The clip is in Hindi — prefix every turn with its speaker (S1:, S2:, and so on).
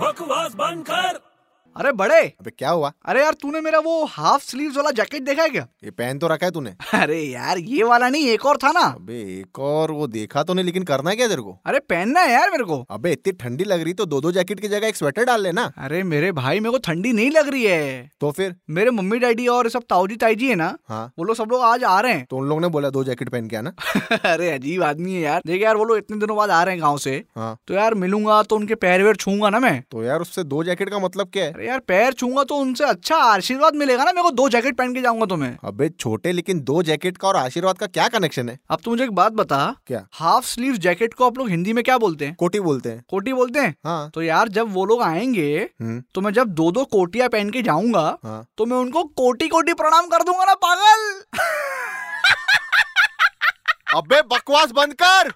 S1: बकवास बंद कर
S2: अरे बड़े
S3: अबे क्या हुआ
S2: अरे यार तूने मेरा वो हाफ स्लीव्स वाला जैकेट देखा है क्या
S3: ये पहन तो रखा है तूने
S2: अरे यार ये वाला नहीं एक और था ना
S3: अबे एक और वो देखा तो नहीं लेकिन करना है क्या तेरे को
S2: अरे पहनना है यार मेरे को
S3: अबे इतनी ठंडी लग रही तो दो दो जैकेट की जगह एक स्वेटर डाल लेना
S2: अरे मेरे भाई मेरे को ठंडी नहीं लग रही है
S3: तो फिर
S2: मेरे मम्मी डैडी और सब ताऊजी ताईजी है ना
S3: हाँ
S2: वो लोग सब लोग आज आ रहे हैं
S3: तो उन लोगों ने बोला दो जैकेट पहन के आना
S2: अरे अजीब आदमी है यार देखिए यार वो लोग इतने दिनों बाद आ रहे हैं गाँव से
S3: हाँ
S2: तो यार मिलूंगा तो उनके पैर वैर छूंगा ना मैं
S3: तो यार उससे दो जैकेट का मतलब क्या है
S2: अरे यार पैर छूंगा तो उनसे अच्छा आशीर्वाद मिलेगा ना मेरे को दो जैकेट पहन के जाऊंगा तो मैं
S3: अबे छोटे लेकिन दो जैकेट का और आशीर्वाद का क्या कनेक्शन है
S2: अब तू मुझे एक बात बता
S3: क्या?
S2: हाफ स्लीव जैकेट को आप लोग हिंदी में क्या बोलते हैं
S3: कोटी बोलते हैं
S2: कोटी बोलते हैं
S3: हाँ
S2: तो यार जब वो लोग आएंगे
S3: हम्म
S2: तो मैं जब दो दो कोटियां पहन के जाऊंगा
S3: हाँ
S2: तो मैं उनको कोटी कोटी प्रणाम कर दूंगा ना पागल
S3: अबे बकवास बंद कर